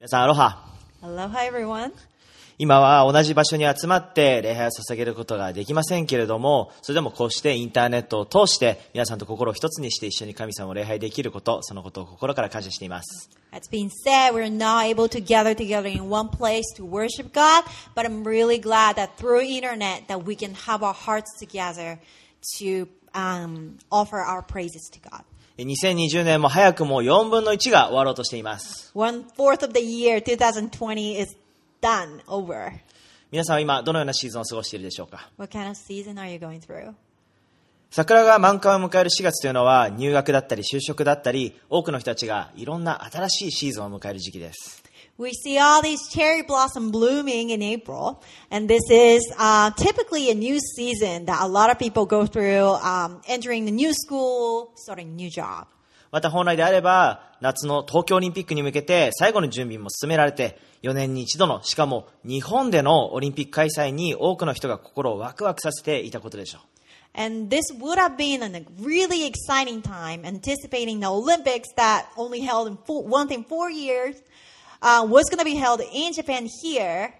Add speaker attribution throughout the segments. Speaker 1: 皆さん、アロハ。
Speaker 2: Aloha, everyone.
Speaker 1: 今は同じ場所に集まって礼拝を捧げることができませんけれども、それでもこうしてインターネットを通して皆さんと心を一つにして一緒に神様を礼拝できること、そのことを心から感謝しています。
Speaker 2: It's been said we're not able to gather together in one place to worship God, but I'm really glad that through internet that we can have our hearts together to um, offer our praises to God.
Speaker 1: 2020年も早くも4分の1が終わろうとしています。
Speaker 2: One fourth of the year, 2020, is done over.
Speaker 1: 皆さんは今どのようなシーズンを過ごしているでしょうか
Speaker 2: What kind of season are you going through?
Speaker 1: 桜が満開を迎える4月というのは入学だったり就職だったり、多くの人たちがいろんな新しいシーズンを迎える時期です。
Speaker 2: We see all these cherry blossom blooming in April, and this is uh, typically a new season that a lot of people go through, um, entering the new school, starting a new job.
Speaker 1: また本来であれば夏の東京オリンピックに向けて最後の準備も進められて4年に一度のしかも日本でのオリンピック開催に多くの人が心をワクワクさせていたことでしょう
Speaker 2: And this would have been a really exciting time, anticipating the Olympics that only held in four, once in four years uh, was going to be held in Japan here.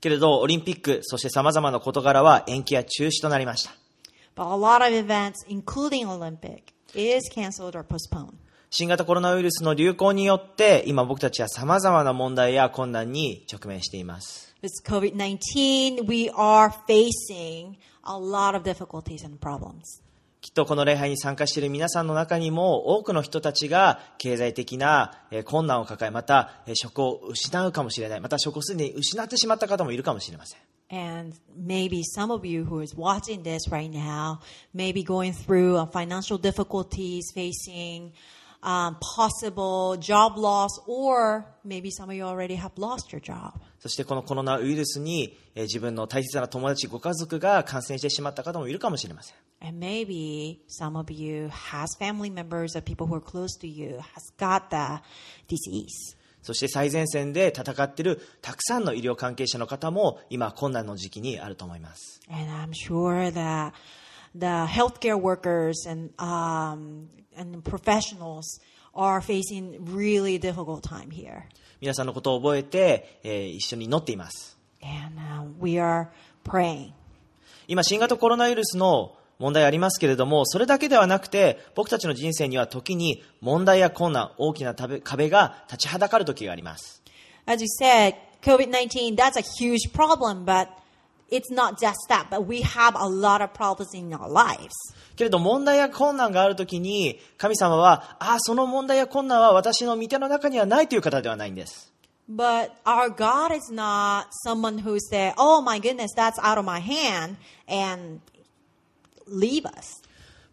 Speaker 1: けれどオリンピックそして様々な事柄は延期や中止となりました
Speaker 2: But a lot of events, including Olympic, is canceled or postponed.
Speaker 1: 新型コロナウイルスの流行によって今僕たちは様々な問題や困難に直面しています
Speaker 2: With COVID 19, we are facing a lot of difficulties and problems.
Speaker 1: きっとこの礼拝に参加している皆さんの中にも多くの人たちが経済的なえー困難を抱え、またえー職を失うかもしれない、また職をすでに失ってしまった方もいるかもしれません。
Speaker 2: And maybe some of you who is watching this right now may be going through uh, financial difficulties, facing um, possible job loss, or maybe some of you already have lost your job.
Speaker 1: そしてこのコロナウイルスにえー自分の大切な友達、ご家族が感染してしまった方もいるかもしれません。
Speaker 2: And maybe some of you has family members or people who are close to you has got the disease.
Speaker 1: そして最前線で戦っているたくさんの医療関係者の方も今困難の時期にあると思います。
Speaker 2: And I'm sure that the healthcare workers and um, and professionals are facing really difficult time here.
Speaker 1: 皆さんのことを覚えて、えー一緒に祈っています。
Speaker 2: And uh, we are praying.
Speaker 1: 今、新型コロナウイルスの問題ありますけれども、それだけではなくて、僕たちの人生には時に問題や困難、大きな壁壁が立ちはだかる時があります。
Speaker 2: As you said, COVID 19, that's a huge problem, but it's not just that, but we have a lot of problems in our lives.
Speaker 1: けれど、問題や困難がある時に、神様は、ああ、その問題や困難は私の御手の中にはないという方ではないんです。
Speaker 2: But our God is not someone who said, Oh my goodness, that's out of my hand, and leave us.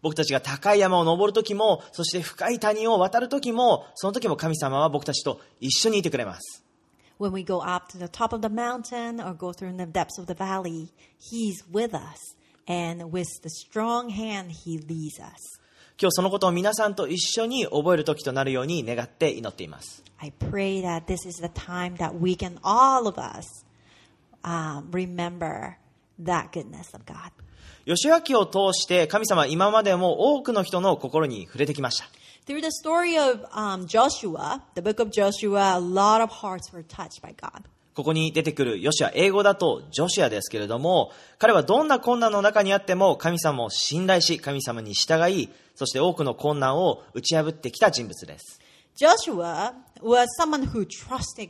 Speaker 1: 僕たちが高い山を登る時も、そして深い谷を渡る時も、その時も神様は僕たちと一緒にいてくれます。
Speaker 2: When we go up to the top of the mountain or go through the depths of the valley, He's with us. And with the strong hand, He leads us.
Speaker 1: 今日そのことを皆さんと一緒に覚える時となるように願って祈っています。
Speaker 2: I pray that this is the time that we can, all of us, um, remember that goodness of God.
Speaker 1: 吉脇を通して神様は今までも多くの人の心に触れてきました
Speaker 2: Through the story of um, Joshua, the book of Joshua, a lot of hearts were touched by God.
Speaker 1: ここに出てくるヨシュア英語だとジョシュアですけれども彼はどんな困難の中にあっても神様を信頼し神様に従いそして多くの困難を打ち破ってきた人物です
Speaker 2: Joshua was someone who trusted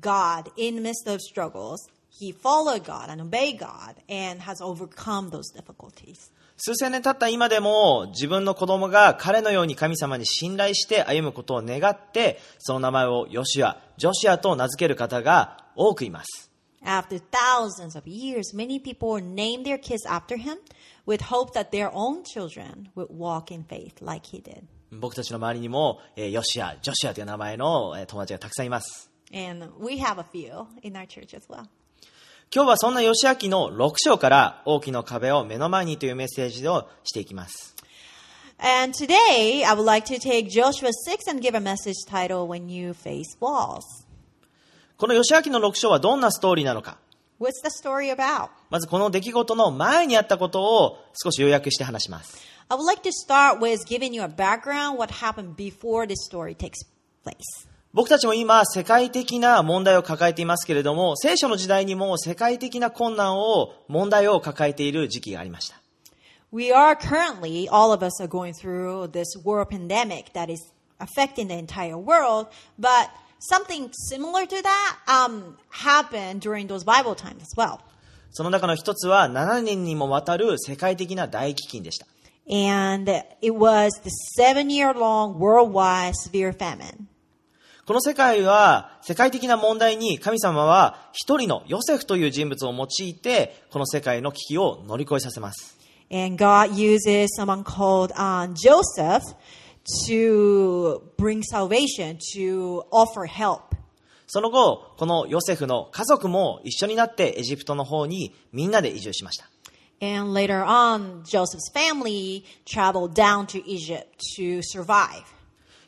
Speaker 2: God in the midst of struggles. He followed God and obeyed God and has overcome those difficulties.
Speaker 1: 数千年経った今でも自分の子供が彼のように神様に信頼して歩むことを願ってその名前をヨシュアジョシュアと名付ける方が多くいます
Speaker 2: After thousands of years, many people named their kids after him with hope that their own children would walk in faith like he did.
Speaker 1: 僕たちの周りにも、えーヨシア、ジョシアという名前の、えー友達がたくさんいます。
Speaker 2: And we have a few in our church as well.
Speaker 1: 今日はそんなヨシア記の6章から大きな壁を目の前にというメッセージをしていきます。
Speaker 2: And today, I would like to take Joshua 6 and give a message titled When You Face Walls.
Speaker 1: このヨシア記の6章はどんなストーリーなのか。
Speaker 2: What's the story about?
Speaker 1: まずこの出来事の前にあったことを少し要約して話します。
Speaker 2: I would like to start with giving you a background what happened before this story takes place.
Speaker 1: 僕たちも今、世界的な問題を抱えていますけれども、聖書の時代にも世界的な困難を、問題を抱えている時期がありました。
Speaker 2: We are currently, all of us are going through this world pandemic that is affecting the entire world, but something similar to that um, happened during those Bible times as well.
Speaker 1: その中の一つは、7年にもわたる世界的な大飢饉でした。
Speaker 2: And it was the seven year long worldwide severe famine.
Speaker 1: この世界は、世界的な問題に神様は、一人のヨセフという人物を用いて、この世界の危機を乗り越えさせます。
Speaker 2: And God uses someone called um, Joseph to bring salvation, to offer help.
Speaker 1: その後、このヨセフの家族も一緒になってエジプトの方にみんなで移住しました。
Speaker 2: And later on, Joseph's family traveled down to Egypt to survive.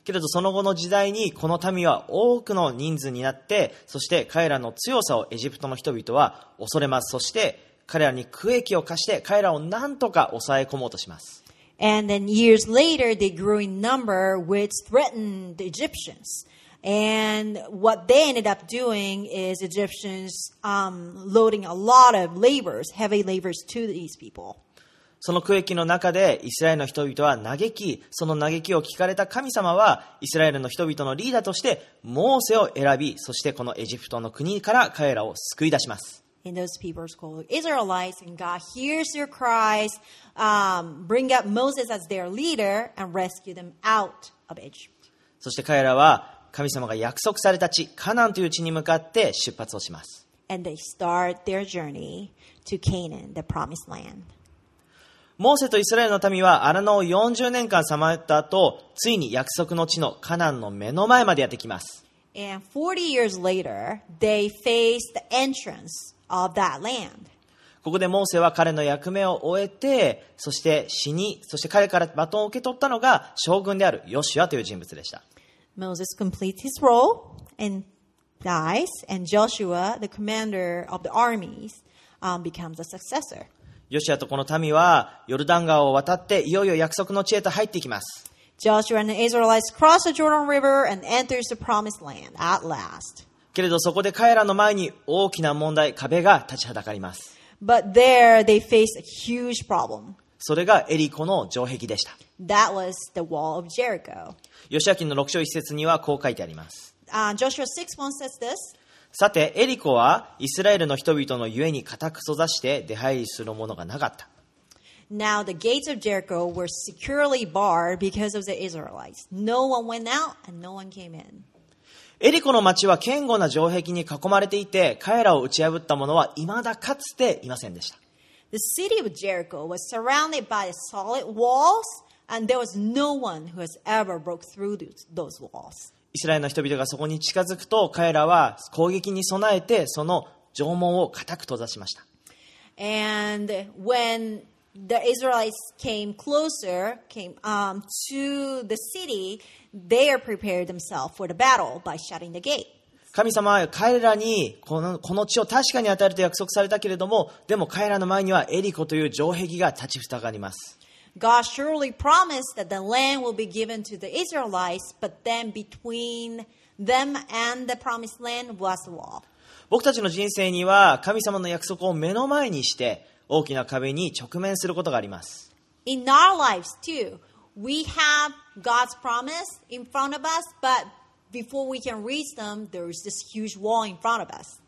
Speaker 1: けれどその後の時代にこの民は多くの人数になって、そして彼らの強さをエジプトの人々は恐れます。そして彼らに苦役を課して彼らを何とか抑え込もうとします。
Speaker 2: And then years later, they grew in number, which threatened the Egyptians. And what they ended up doing is Egyptians um, loading a lot of labors, heavy labors to these people.
Speaker 1: その苦役の中でイスラエルの人々は嘆き、その嘆きを聞かれた神様はイスラエルの人々のリーダーとしてモーセを選び、そしてこのエジプトの国から彼らを救い出します。
Speaker 2: And those people are called Israelites, and God hears their cries, um, bring up Moses as their leader, and rescue them out of Egypt.
Speaker 1: そして彼らは神様が約束された地、カナンという地に向かって出発をします。
Speaker 2: And they start their journey to Canaan, the promised land.
Speaker 1: モーセとイスラエルの民は荒野を40年間さまよった後、ついに約束の地のカナンの目の前までやってきます。
Speaker 2: And 40 years later, they faced the entrance of that land.
Speaker 1: ここでモーセは彼の役目を終えて、そして死に、そして彼からバトンを受け取ったのが将軍であるヨシュアという人物でした。
Speaker 2: Moses completes his role and dies, and Joshua, the commander of the armies, um, becomes a successor.
Speaker 1: ヨシュアとこの民はヨルダン川を渡っていよいよ約束の地へと入っていきます。
Speaker 2: Joshua and the Israelites cross the Jordan River and enters the promised land at last.
Speaker 1: けれどそこで彼らの前に大きな問題、壁が立ちはだかります。
Speaker 2: But there they face a huge problem.
Speaker 1: それがエリコの城壁でした。
Speaker 2: That was the wall of Jericho.
Speaker 1: 吉明の六章一節にはこう書いてあります。
Speaker 2: Uh, Joshua 6 1 says this
Speaker 1: さて、エリコはイスラエルの人々のゆえに固く閉ざして出入りするものがなかった。
Speaker 2: Now the gates of Jericho were securely barred because of the Israelites. No one went out and no one came in.
Speaker 1: エリコの町は堅固な城壁に囲まれていて、彼らを打ち破った者は未だかつていませんでした。
Speaker 2: The city of Jericho was surrounded by solid walls, and there was no one who has ever broke through th- those walls.
Speaker 1: イスラエルの人々がそこに近づくと、彼らは攻撃に備えて、その城門を固く閉ざしました。
Speaker 2: And when the Israelites came closer, came um, to the city, they prepared themselves for the battle by shutting the gate.
Speaker 1: 神様は彼らにこのこの地を確かに与えると約束されたけれども、でも彼らの前にはエリコという城壁が立ちふさがります。
Speaker 2: God surely promised that the land will be given to the Israelites, but then between them and the promised land was a wall.
Speaker 1: 僕たちの人生には神様の約束を目の前にして大きな壁に直面することがあります。
Speaker 2: In our lives too, we have God's promise in front of us, but before we can reach them, there is this huge wall in front of us.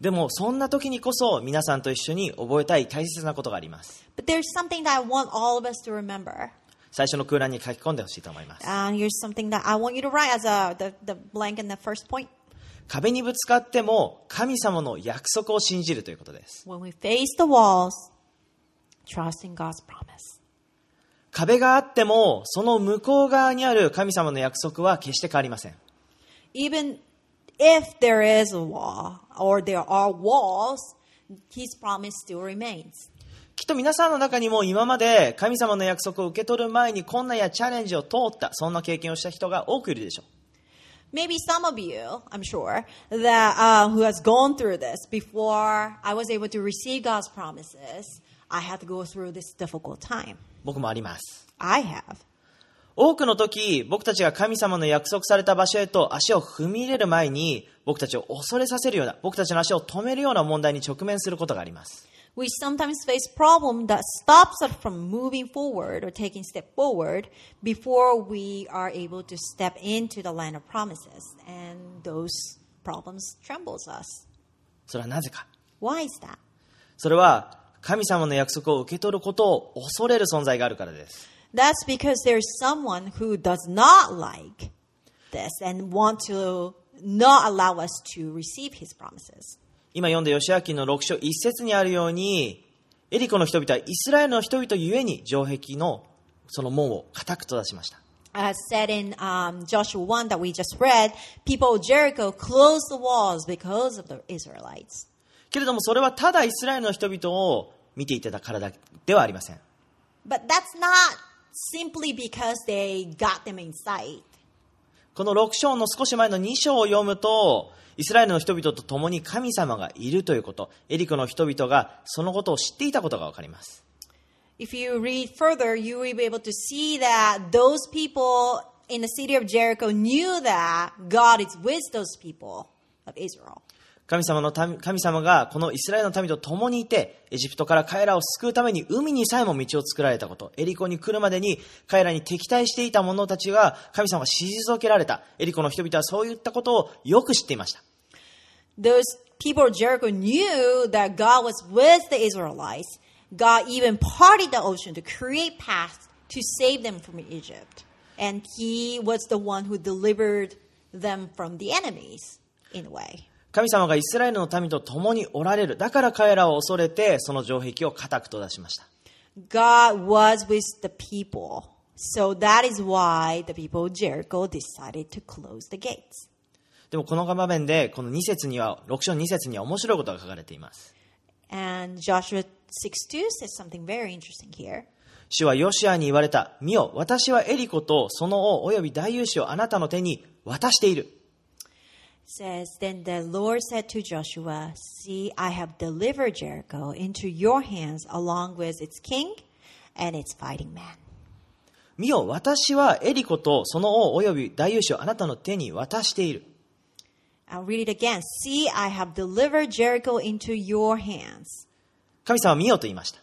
Speaker 1: でもそんな時にこそ皆さんと一緒に覚えたい大切なことがあります。
Speaker 2: But there's something that I want all of us to remember.
Speaker 1: 最初の空欄に書き込んでほしいと思います。
Speaker 2: Uh, here's something that I want you to write as a, the, the blank in the first point.
Speaker 1: 壁にぶつかっても神様の約束を信じるということです。
Speaker 2: When we face the walls, trust in God's promise.
Speaker 1: 壁があってもその向こう側にある神様の約束は決して変わりません。
Speaker 2: even if there is a wall or there are walls, his promise still remains.
Speaker 1: きっと皆さんの中にも今まで神様の約束を受け取る前に困難やチャレンジを通った、そんな経験をした人が多くいるでしょう。
Speaker 2: Maybe some of you, I'm sure, that uh, who has gone through this before I was able to receive God's promises, I had to go through this difficult time.
Speaker 1: 僕もあります。
Speaker 2: I have.
Speaker 1: 多多くの時、僕たちが神様の約束された場所へと足を踏み入れる前に、僕たちを恐れさせるような、僕たちの足を止めるような問題に直面することがあります。
Speaker 2: We sometimes face problem that stops us from moving forward or taking step forward before we are able to step into the land of promises. And those problems trembles us.
Speaker 1: それはなぜか。
Speaker 2: Why is that?
Speaker 1: それは、神様の約束を受け取ることを恐れる存在があるからです。
Speaker 2: That's because there's someone who does not like this and want to not allow us to receive his promises.
Speaker 1: 今読んだ吉明の6章1節にあるように、エリコの人々はイスラエルの人々ゆえに城壁のその門を固く閉ざしました。
Speaker 2: As Uh, said in um, Joshua 1 that we just read, people of Jericho closed the walls because of the Israelites.
Speaker 1: けれどもそれはただイスラエルの人々を見ていただからだではありません。
Speaker 2: But that's not simply because they got them in sight.
Speaker 1: この6章の少し前の2章を読むと、イスラエルの人々と共に神様がいるということ、エリコの人々がそのことを知っていたことがわかります。
Speaker 2: If you read further, you will be able to see that those people in the city of Jericho knew that God is with those people of Israel.
Speaker 1: 神様の民神様がこのイスラエルの民と共にいて、エジプトから彼らを救うために海にさえも道を作られたこと、エリコに来るまでに彼らに敵対していた者たちが神様が退けられた。エリコの人々はそういったことをよく知っていました。
Speaker 2: Those people of Jericho knew that God was with the Israelites. God even parted the ocean to create paths to save them from Egypt. And he was the one who delivered them from the enemies in a way.
Speaker 1: 神様がイスラエルの民と共におられる。だから彼らを恐れて、その城壁を固く閉ざしました。
Speaker 2: God was with the people. So that is why the people of Jericho decided to close the gates.
Speaker 1: でもこの場面で、この2節には、6章2節には面白いことが書かれています。
Speaker 2: And Joshua 6 2 says something very interesting here.
Speaker 1: 主はヨシアに言われた。見よ、私はエリコとその王及び大勇士をあなたの手に渡している。
Speaker 2: says, Then the Lord said to Joshua, See, I have delivered Jericho into your hands along with its king and its fighting men.
Speaker 1: 見よ、私はエリコとその王及び大勇士をあなたの手に渡している。
Speaker 2: I'll read it again. See, I have delivered Jericho into your hands.
Speaker 1: 神様は見よと言いました。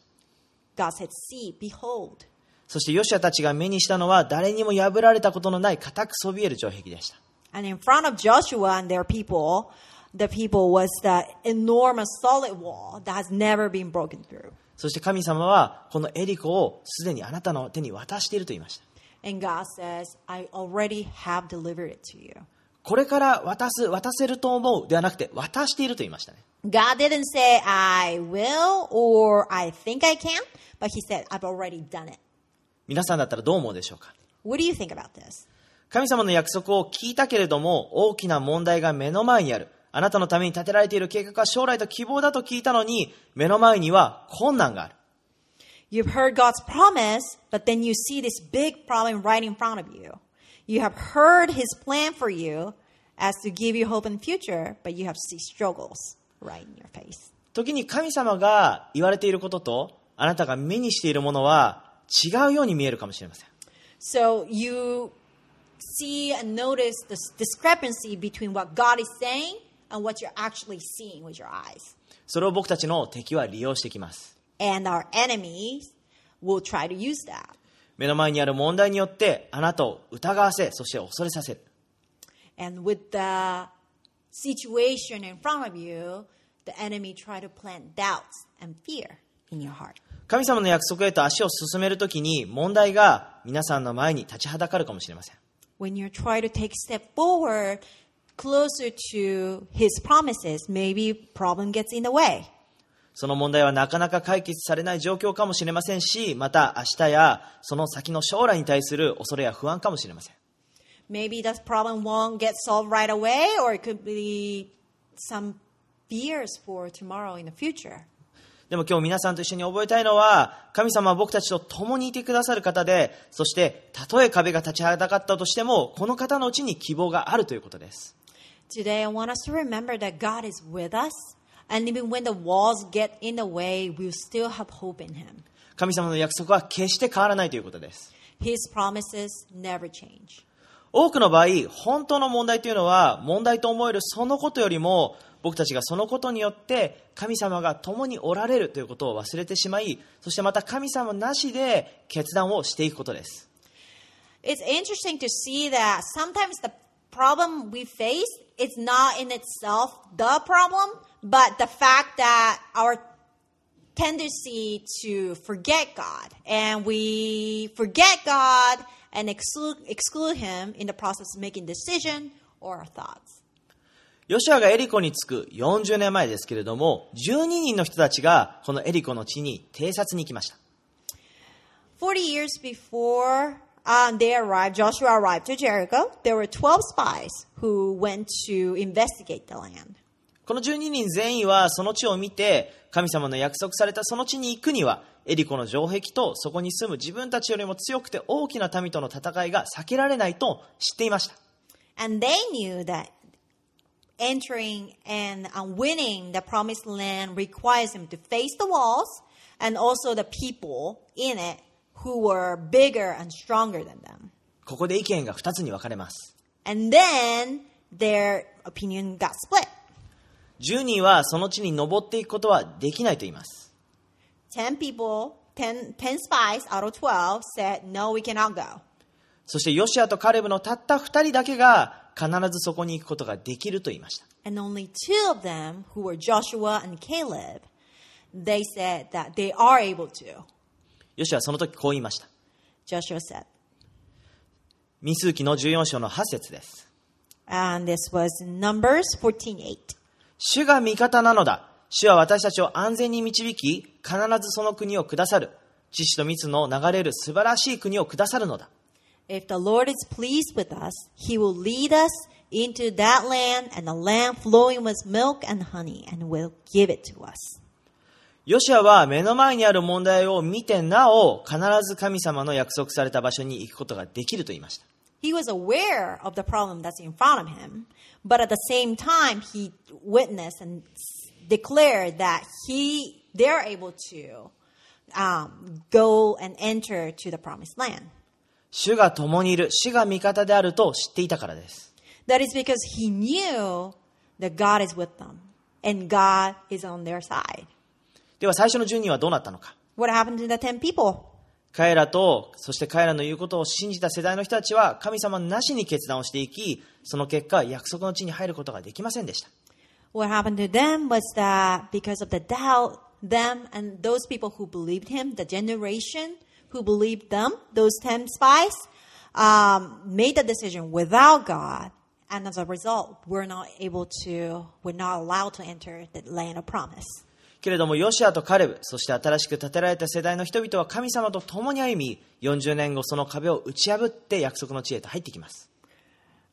Speaker 2: God said, See, behold.
Speaker 1: そしてヨシアたちが目にしたのは、誰にも破られたことのない固くそびえる城壁でした。
Speaker 2: And in front of Joshua and their people, the people was that enormous solid wall that has never been broken through.
Speaker 1: そして神様はこのエリコをすでにあなたの手に渡していると言いました。
Speaker 2: And God says, I already have delivered it to you.
Speaker 1: これから渡す、渡せると思うではなくて渡していると言いましたね。
Speaker 2: God didn't say, I will or I think I can, but He said, I've already done it.
Speaker 1: 皆さんだったらどう思うでしょうか
Speaker 2: What do you think about this?
Speaker 1: 神様の約束を聞いたけれども大きな問題が目の前にある。あなたのために立てられている計画は将来と希望だと聞いたのに目の前には困難がある。
Speaker 2: You've heard God's promise, but then you see this big problem right in front of you. You have heard His plan for you as to give you hope and future, but you have see struggles right in your face.
Speaker 1: 時に神様が言われていることとあなたが目にしているものは違うように見えるかもしれません。
Speaker 2: So you see and notice this discrepancy between what God is saying and what you're actually seeing with your eyes.
Speaker 1: それを僕たちの敵は利用してきます。
Speaker 2: and our enemies will try to use that.
Speaker 1: 目の前にある問題によってあなたを疑わせそして恐れさせる
Speaker 2: And with the situation in front of you, the enemy try to plant doubts and fear in your heart.
Speaker 1: 神様の約束へと足を進めるときに問題が皆さんの前に立ちはだかるかもしれません
Speaker 2: When you try to take a step forward closer to his promises, maybe problem gets in the way.
Speaker 1: その問題はなかなか解決されない状況かもしれませんしまた明日やその先の将来に対する恐れや不安かもしれません
Speaker 2: Maybe that problem won't get solved right away, or it could be some fears for tomorrow in the future.
Speaker 1: でも今日皆さんと一緒に覚えたいのは神様は僕たちと共にいてくださる方でそしてたとえ壁が立ちはだかったとしてもこの方のうちに希望があるということです
Speaker 2: Today, I want us to remember that God is with us, and even when the walls get in the way, we still have hope in Him.
Speaker 1: 神様の約束は決して変わらないということです
Speaker 2: His promises never change.
Speaker 1: 多くの場合、本当の問題というのは、問題と思えるそのことよりも、僕たちがそのことによって、神様が共におられるということを忘れてしまい、そしてまた神様なしで決断をしていくことです。
Speaker 2: It's interesting to see that sometimes the problem we face is not in itself the problem, but the fact that our tendency to forget God and we forget God and exclude, exclude Him in the process of making decision or our thoughts.
Speaker 1: ヨシュアがエリコに着く40年前ですけれども、12人の人たちがこのエリコの地に偵察に行きました。
Speaker 2: 40 years before um, they arrived, Joshua arrived to Jericho, there were 12 spies who went to investigate the land.
Speaker 1: この12人全員はその地を見て、神様の約束されたその地に行くには、エリコの城壁とそこに住む自分たちよりも強くて大きな民との戦いが避けられないと知っていました。
Speaker 2: And they knew that entering and uh, winning the promised land requires them to face the walls and also the people in it who were bigger and stronger than them.
Speaker 1: ここで意見が2つに分かれます。
Speaker 2: And then their opinion got split.
Speaker 1: 10人はその地に登っていくことはできないと言います。
Speaker 2: 10 people, 10, 10 spies out of 12 said, no, we cannot go.
Speaker 1: そしてヨシアとカレブのたった2人だけが必ずそこに行くことができると言いました。
Speaker 2: And only two of them, who were Joshua and Caleb, they said that they are able to.
Speaker 1: ヨシアはその時こう言いました。
Speaker 2: Joshua said,
Speaker 1: ミ数記の14章の8節です。
Speaker 2: And this was Numbers 14:8.
Speaker 1: 主が味方なのだ。主は私たちを安全に導き、必ずその国を下さる。父と蜜の流れる素晴らしい国を下さるのだ。
Speaker 2: If the Lord is pleased with us, he will lead us into that land and a land flowing with milk and honey and will give it to us.
Speaker 1: ヨシアは目の前にある問題を見てなお、必ず神様の約束された場所に行くことができると言いました。
Speaker 2: He was aware of the problem that's in front of him, but at the same time he witnessed and s- declared that he they're able to um, go and enter to the promised land.
Speaker 1: 主が共にいる、主が味方であると知っていたからです。
Speaker 2: That is because he knew that God is with them and God is on their side.
Speaker 1: では最初の10人はどうなったのか。
Speaker 2: What happened to the 10 people?
Speaker 1: 彼らと、そして彼らの言うことを信じた世代の人たちは、神様なしに決断をしていき、その結果、約束の地に入ることができませんでした。
Speaker 2: What happened to them was that because of the doubt, them and those people who believed him, the generation who believed them, those 10 spies, um, made the decision without God. And as a result, we're not able to, we're not allowed to enter the land of promise.
Speaker 1: けれどもヨシアとカレブそして新しく建てられた世代の人々は神様と共に歩み40年後その壁を打ち破って約束の地へと入ってきます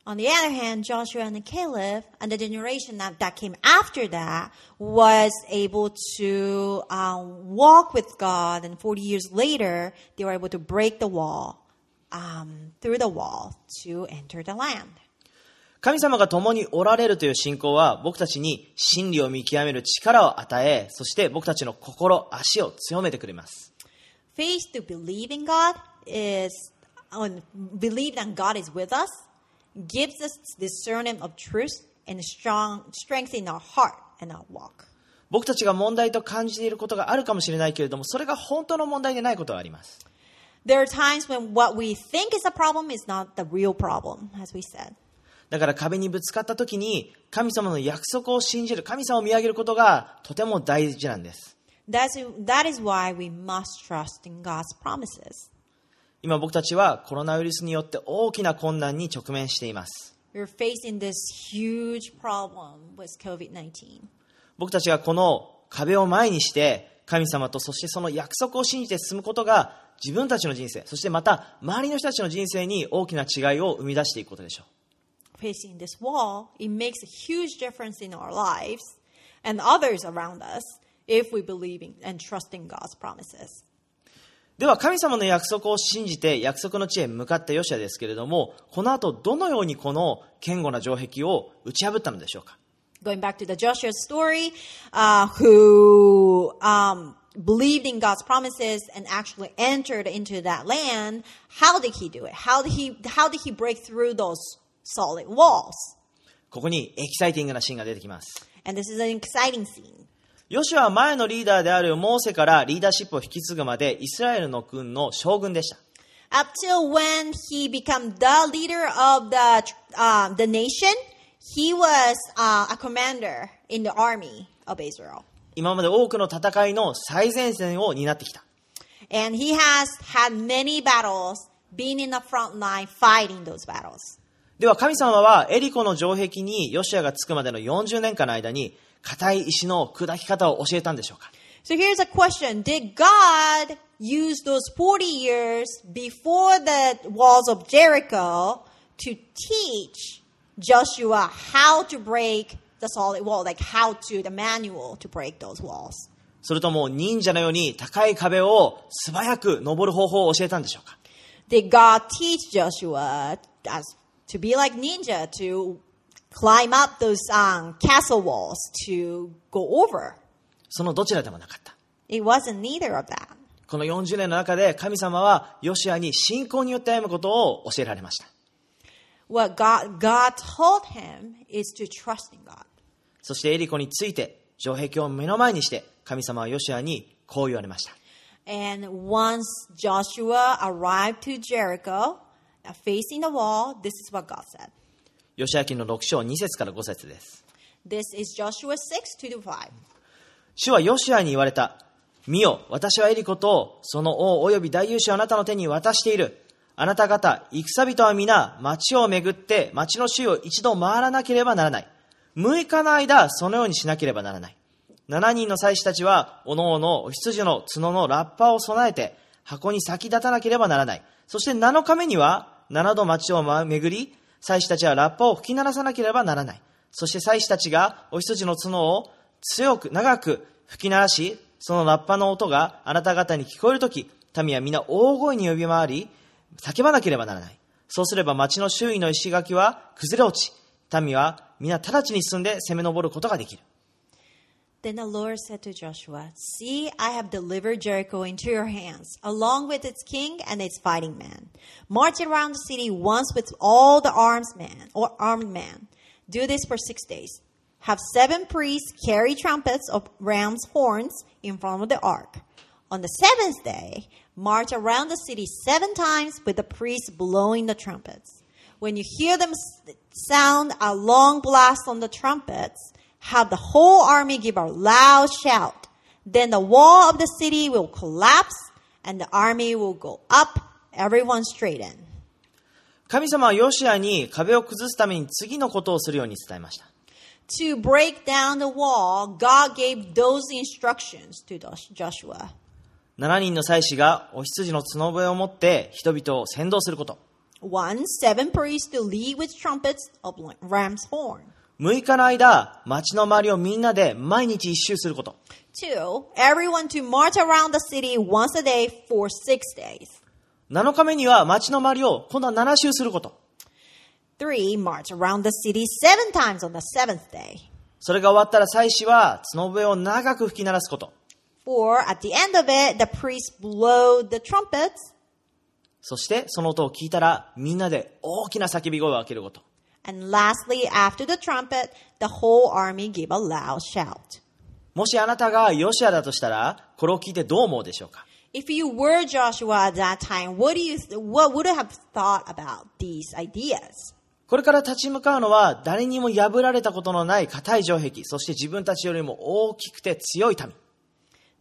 Speaker 2: On the other hand, Joshua and Caleb and the generation that, that came after that was able to um, walk with God. And 40 years later, they were able to break the wall, um, through the wall to enter the land.
Speaker 1: 神様が共におられるという信仰は僕たちに真理を見極める力を与えそして僕たちの心足を強めてくれます
Speaker 2: Faith to believe in God is on believe that God is with us, gives us discernment of truth and strong strength in our heart and our walk.
Speaker 1: 僕たちが問題と感じていることがあるかもしれないけれどもそれが本当の問題でないことがあります
Speaker 2: There are times when what we think is a problem is not the real problem, as we said.
Speaker 1: だから壁にぶつかった時に神様の約束を信じる神様を見上げることがとても大事なんです
Speaker 2: That's, that is why we must trust in God's promises.
Speaker 1: 今僕たちはコロナウイルスによって大きな困難に直面しています。
Speaker 2: We're facing this huge problem with COVID 19.
Speaker 1: 僕たちがこの壁を前にして神様とそしてその約束を信じて進むことが自分たちの人生、そしてまた周りの人たちの人生に大きな違いを生み出していくことでしょう。
Speaker 2: Facing this wall, it makes a huge difference in our lives and others around us if we believe in and trust in God's promises.
Speaker 1: では神様の約束を信じて約束の地へ向かったヨシアですけれども、この後どのようにこの堅固な城壁を打ち破ったのでしょうか。
Speaker 2: going back to the Joshua story, uh, who um, believed in God's promises and actually entered into that land, how did he do it? How did he how did he break through those solid walls?
Speaker 1: ここにエキサイティングなシーンが出てきます。
Speaker 2: And this is an exciting scene.
Speaker 1: ヨシュアは前のリーダーであるモーセからリーダーシップを引き継ぐまでイスラエルの軍の将軍でした。
Speaker 2: Up till when he became the leader of the uh, the nation, he was uh, a commander in the army of Israel.
Speaker 1: 今まで多くの戦いの最前線を担ってきた。
Speaker 2: And he has had many battles, been in the front line fighting those battles.
Speaker 1: では神様はエリコの城壁にヨシュアが着くまでの40年間の間に硬い石の砕き方を教えたんでしょうか
Speaker 2: So here's a question. Did God use those 40 years before the walls of Jericho to teach Joshua how to break the solid wall, like how to, the manual to break those walls?
Speaker 1: それとも忍者のように高い壁を素早く登る方法を教えたんでしょうか
Speaker 2: Did God teach Joshua as, to be like ninja, to climb up those um, castle walls, to go over?
Speaker 1: そのどちらでもなかった。
Speaker 2: It wasn't neither of that.
Speaker 1: この40年の中で神様はヨシュアに信仰によって歩むことを教えられました。
Speaker 2: What God, God told him is to trust in God.
Speaker 1: そしてエリコについて城壁を目の前にして神様はヨシュアにこう言われました。
Speaker 2: And once Joshua arrived to Jericho, uh, facing the wall, this is what God said.
Speaker 1: ヨシュア記の6章2節から5節です。
Speaker 2: This is Joshua 6 2 to 5.
Speaker 1: 主はヨシュアに言われた。見よ、私はエリコとその王及び大勇士をあなたの手に渡している。あなた方、戦人は皆、町を巡って、町の周を一度回らなければならない。6日の間、そのようにしなければならない。7人の祭司たちは、おのおのお羊の角のラッパを備えて、箱に先立たなければならない。そして7日目には、7度町を巡り、祭司たちはラッパを吹き鳴らさなければならない。そして祭司たちが、お羊の角を強く長く吹き鳴らし、そのラッパの音があなた方に聞こえるとき、民は皆大声に呼び回り、叫ばなければならない。そうすれば町の周囲の石垣は崩れ落ち、民は皆直ちに進んで攻め上ることができる。
Speaker 2: Then the Lord said to Joshua, See, I have delivered Jericho into your hands, along with its king and its fighting men. March around the city once with all the arms men or armed men. Do this for six days. Have seven priests carry trumpets of ram's horns in front of the ark. On the seventh day, march around the city seven times with the priests blowing the trumpets. When you hear them s- sound a long blast on the trumpets, have the whole army give a loud shout. Then the wall of the city will collapse and the army will go up, everyone straight in.
Speaker 1: 神様はヨシアに壁を崩すために次のことをするように伝えました。
Speaker 2: To break down the wall, God gave those instructions to Josh- Joshua.
Speaker 1: 7人の祭司がお羊の角笛を持って人々を先導すること。
Speaker 2: One, seven priests to lead with trumpets of ram's horn.
Speaker 1: 6日の間、町の周りをみんなで毎日一周すること。
Speaker 2: Two, everyone to march around the city once a day for six days.
Speaker 1: 7日目には町の周りを今度は7周すること。
Speaker 2: Three, march around the city seven times on the seventh day.
Speaker 1: それが終わったら祭司は角笛を長く吹き鳴らすこと。
Speaker 2: Four, at the end of it, the priests blow the trumpets,
Speaker 1: そしてその音を聞いたらみんなで大きな叫び声を上げること。
Speaker 2: and lastly, after the trumpet, the whole army give a loud shout.
Speaker 1: もしあなたがヨシアだとしたら、これを聞いてどう思うでしょうか
Speaker 2: If you were Joshua at that time, what do you what would you have thought about these ideas?
Speaker 1: これから立ち向かうのは誰にも破られたことのない硬い城壁、そして自分たちよりも大きくて強い民。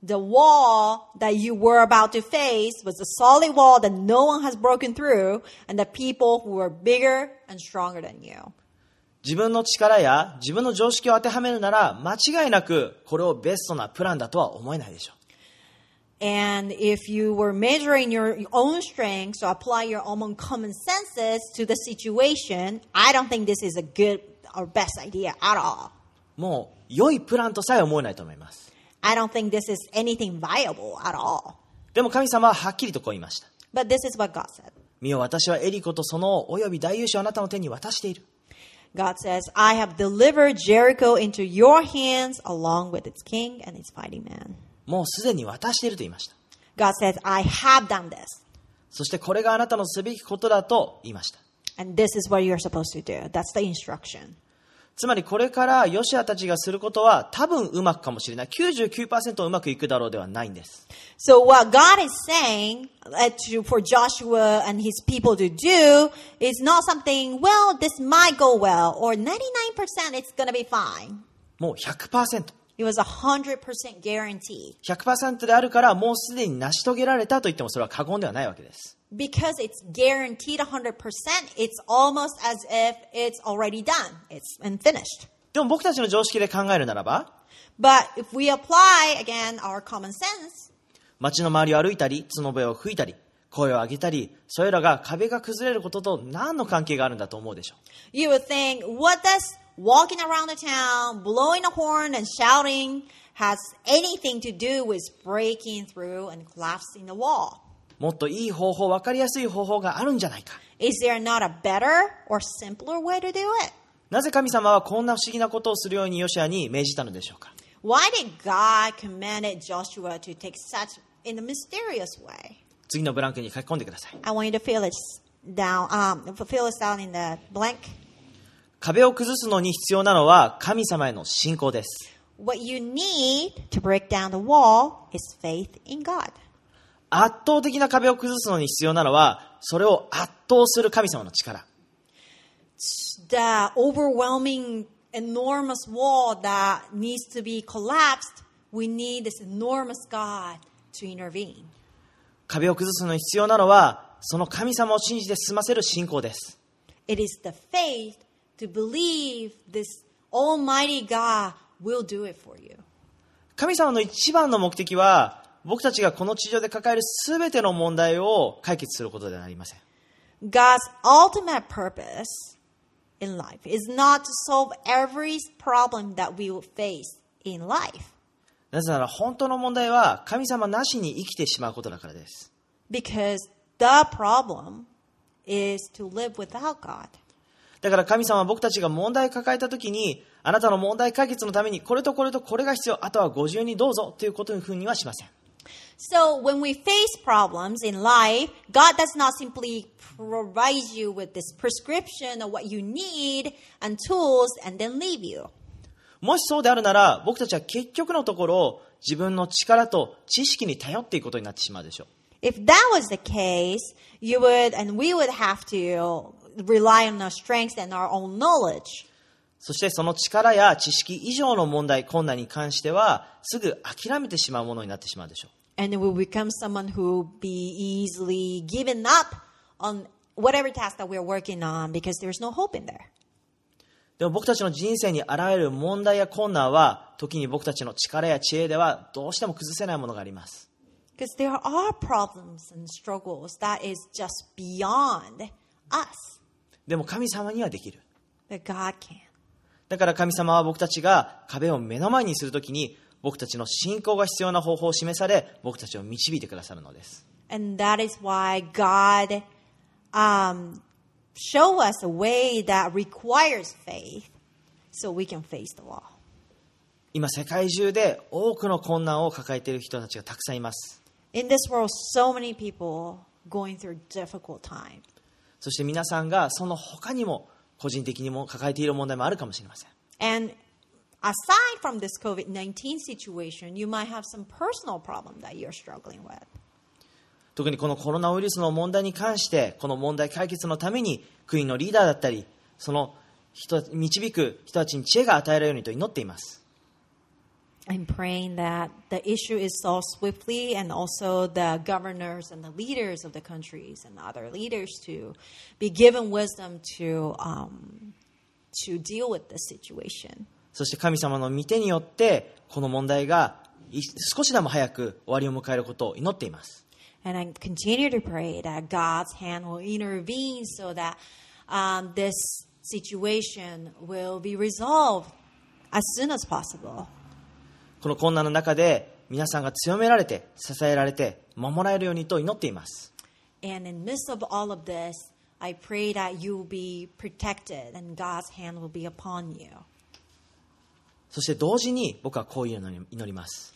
Speaker 2: The wall that you were about to face was a solid wall that no one has broken through, and the people who were bigger and stronger than you.
Speaker 1: 自分の力や自分の常識を当てはめるなら間違いなくこれをベストなプランだとは思えないでしょう。
Speaker 2: And if you were measuring your own strengths or apply your own common senses to the situation, I don't think this is a good or best idea at all.
Speaker 1: もう良いプランとさえ思えないと思います。
Speaker 2: I don't think this is anything viable at all.
Speaker 1: でも神様ははっきりとこう言いました。
Speaker 2: But this is what God said.
Speaker 1: 見よ私はエリコとその王及び大勇士をあなたの手に渡している。
Speaker 2: God says, I have delivered Jericho into your hands along with its king and its fighting man.
Speaker 1: もうすでに渡していると言いました。
Speaker 2: God says, I have done this.
Speaker 1: そしてこれがあなたのすべきことだと言いました。
Speaker 2: And this is what you're supposed to do. That's the instruction.
Speaker 1: つまりこれからヨシアたちがすることは多分うまくかもしれない。99%うまくいくだろうではないんです。
Speaker 2: So what God is saying uh, to, for Joshua and his people to do is not something, well, this might go well, or 99% it's going to be fine.
Speaker 1: もう100%。
Speaker 2: It was a 100% guarantee
Speaker 1: 100%であるからもうすでに成し遂げられたと言ってもそれは過言ではないわけです。
Speaker 2: because it's guaranteed 100%, it's almost as if it's already done. It's and finished.
Speaker 1: でも僕たちの常識で考えるならば、
Speaker 2: But if we apply again our common sense,
Speaker 1: 街の周りを歩いたり、角笛を吹いたり、声を上げたり、それらが壁が崩れることと何の関係があるんだと思うでしょう。
Speaker 2: you would think, what does walking around the town, blowing a horn and shouting has anything to do with breaking through and collapsing the wall?
Speaker 1: もっといい方法、わかりやすい方法があるんじゃないか。
Speaker 2: Is there not a better or simpler way to do it?
Speaker 1: なぜ神様はこんな不思議なことをするようにヨシアに命じたのでしょうか。
Speaker 2: Why did God commanded Joshua to take such in a mysterious way?
Speaker 1: 次のブランクに書き込んでください。
Speaker 2: I want you to feel this down, um, feel this down in the blank.
Speaker 1: 壁を崩すのに必要なのは神様への信仰です。
Speaker 2: What you need to break down the wall is faith in God.
Speaker 1: 圧倒的な壁を崩すのに必要なのは、それを圧倒する神様の力。
Speaker 2: The overwhelming, enormous wall that needs to be collapsed, we need this enormous God to intervene.
Speaker 1: 壁を崩すのに必要なのは、その神様を信じて済ませる信仰です。
Speaker 2: It is the faith to believe this Almighty God will do it for you.
Speaker 1: 神様の一番の目的は、僕たちがこの地上で抱える全ての問題を解決することではありません。
Speaker 2: God's ultimate purpose in life is not to solve every problem that we will face in life.
Speaker 1: なぜなら本当の問題は神様なしに生きてしまうことだからです。
Speaker 2: Because the problem is to live without God.
Speaker 1: だから神様は僕たちが問題を抱えた時に、あなたの問題解決のためにこれとこれとこれが必要、あとはご自由にどうぞということにふうにはしません。
Speaker 2: So when we face problems in life, God does not simply provide you with this prescription of what you need and tools and then leave you.
Speaker 1: もしそうであるなら、僕たちは結局のところ、自分の力と知識に頼っていくことになってしまうでしょう。
Speaker 2: If that was the case, you would and we would have to rely on our strengths and our own knowledge.
Speaker 1: そしてその力や知識以上の問題、困難に関しては、すぐ諦めてしまうものになってしまうでしょう。
Speaker 2: and it will become someone who be easily given up on whatever task that we're working on because there's no hope in there.
Speaker 1: でも僕たちの人生にあらゆる問題や困難は、時に僕たちの力や知恵ではどうしても崩せないものがあります。
Speaker 2: Because there are problems and struggles that is just beyond us,
Speaker 1: でも神様にはできる。
Speaker 2: but God can.
Speaker 1: だから神様は僕たちが壁を目の前にするときに、僕たちの信仰が必要な方法を示され、僕たちを導いてくださるのです。
Speaker 2: And that is why God um, show us a way that requires faith so we can face the wall.
Speaker 1: 今世界中で多くの困難を抱えている人たちがたくさんいます。
Speaker 2: In this world, so many people going through difficult times.
Speaker 1: そして皆さんがその他にも個人的にも抱えている問題もあるかもしれません。
Speaker 2: And aside from this COVID 19 situation, you might have some personal problem that you're struggling with.
Speaker 1: 特にこのコロナウイルスの問題に関して、この問題解決のために国のリーダーだったり、その人導く人たちに知恵が与えられるようにと祈っています。
Speaker 2: I'm praying that the issue is solved swiftly and also the governors and the leaders of the countries and other leaders to be given wisdom to, um, to deal with this situation.
Speaker 1: そして神様の御手によって、この問題がい少しでも早く終わりを迎えることを祈っています。
Speaker 2: And I continue to pray that God's hand will intervene so that um, this situation will be resolved as soon as possible.
Speaker 1: この困難の中で皆さんが強められて、支えられて、守られるようにと祈っています。
Speaker 2: And in midst of all of this, I pray that you will be protected and God's hand will be upon you.
Speaker 1: そして同時に僕はこういうのに祈ります。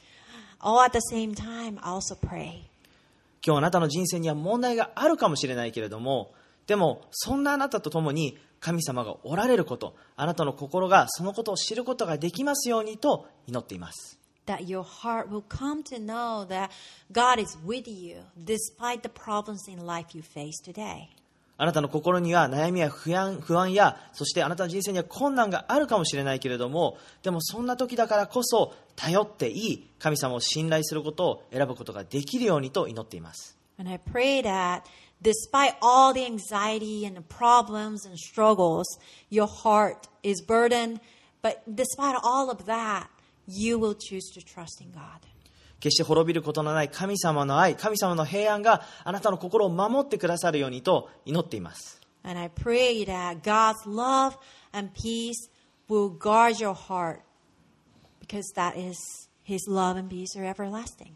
Speaker 2: All at the same time, I also pray.
Speaker 1: 今日あなたの人生には問題があるかもしれないけれども、でもそんなあなたと共に神様がおられること、あなたの心がそのことを知ることができますようにと祈っています。
Speaker 2: that your heart will come to know that God is with you despite the problems in life you face today.
Speaker 1: あなたの心には悩みや不安不安や、そしてあなたの人生には困難があるかもしれないけれども、でもそんな時だからこそ頼っていい神様を信頼することを選ぶことができるようにと祈っています。
Speaker 2: And I pray that despite all the anxiety and the problems and struggles, your heart is burdened, but despite all of that, you will choose to trust in God.
Speaker 1: 決して滅びることのない神様の愛、神様の平安があなたの心を守ってくださるようにと祈っています。
Speaker 2: And I pray that God's love and peace will guard your heart because that is his love and peace are everlasting.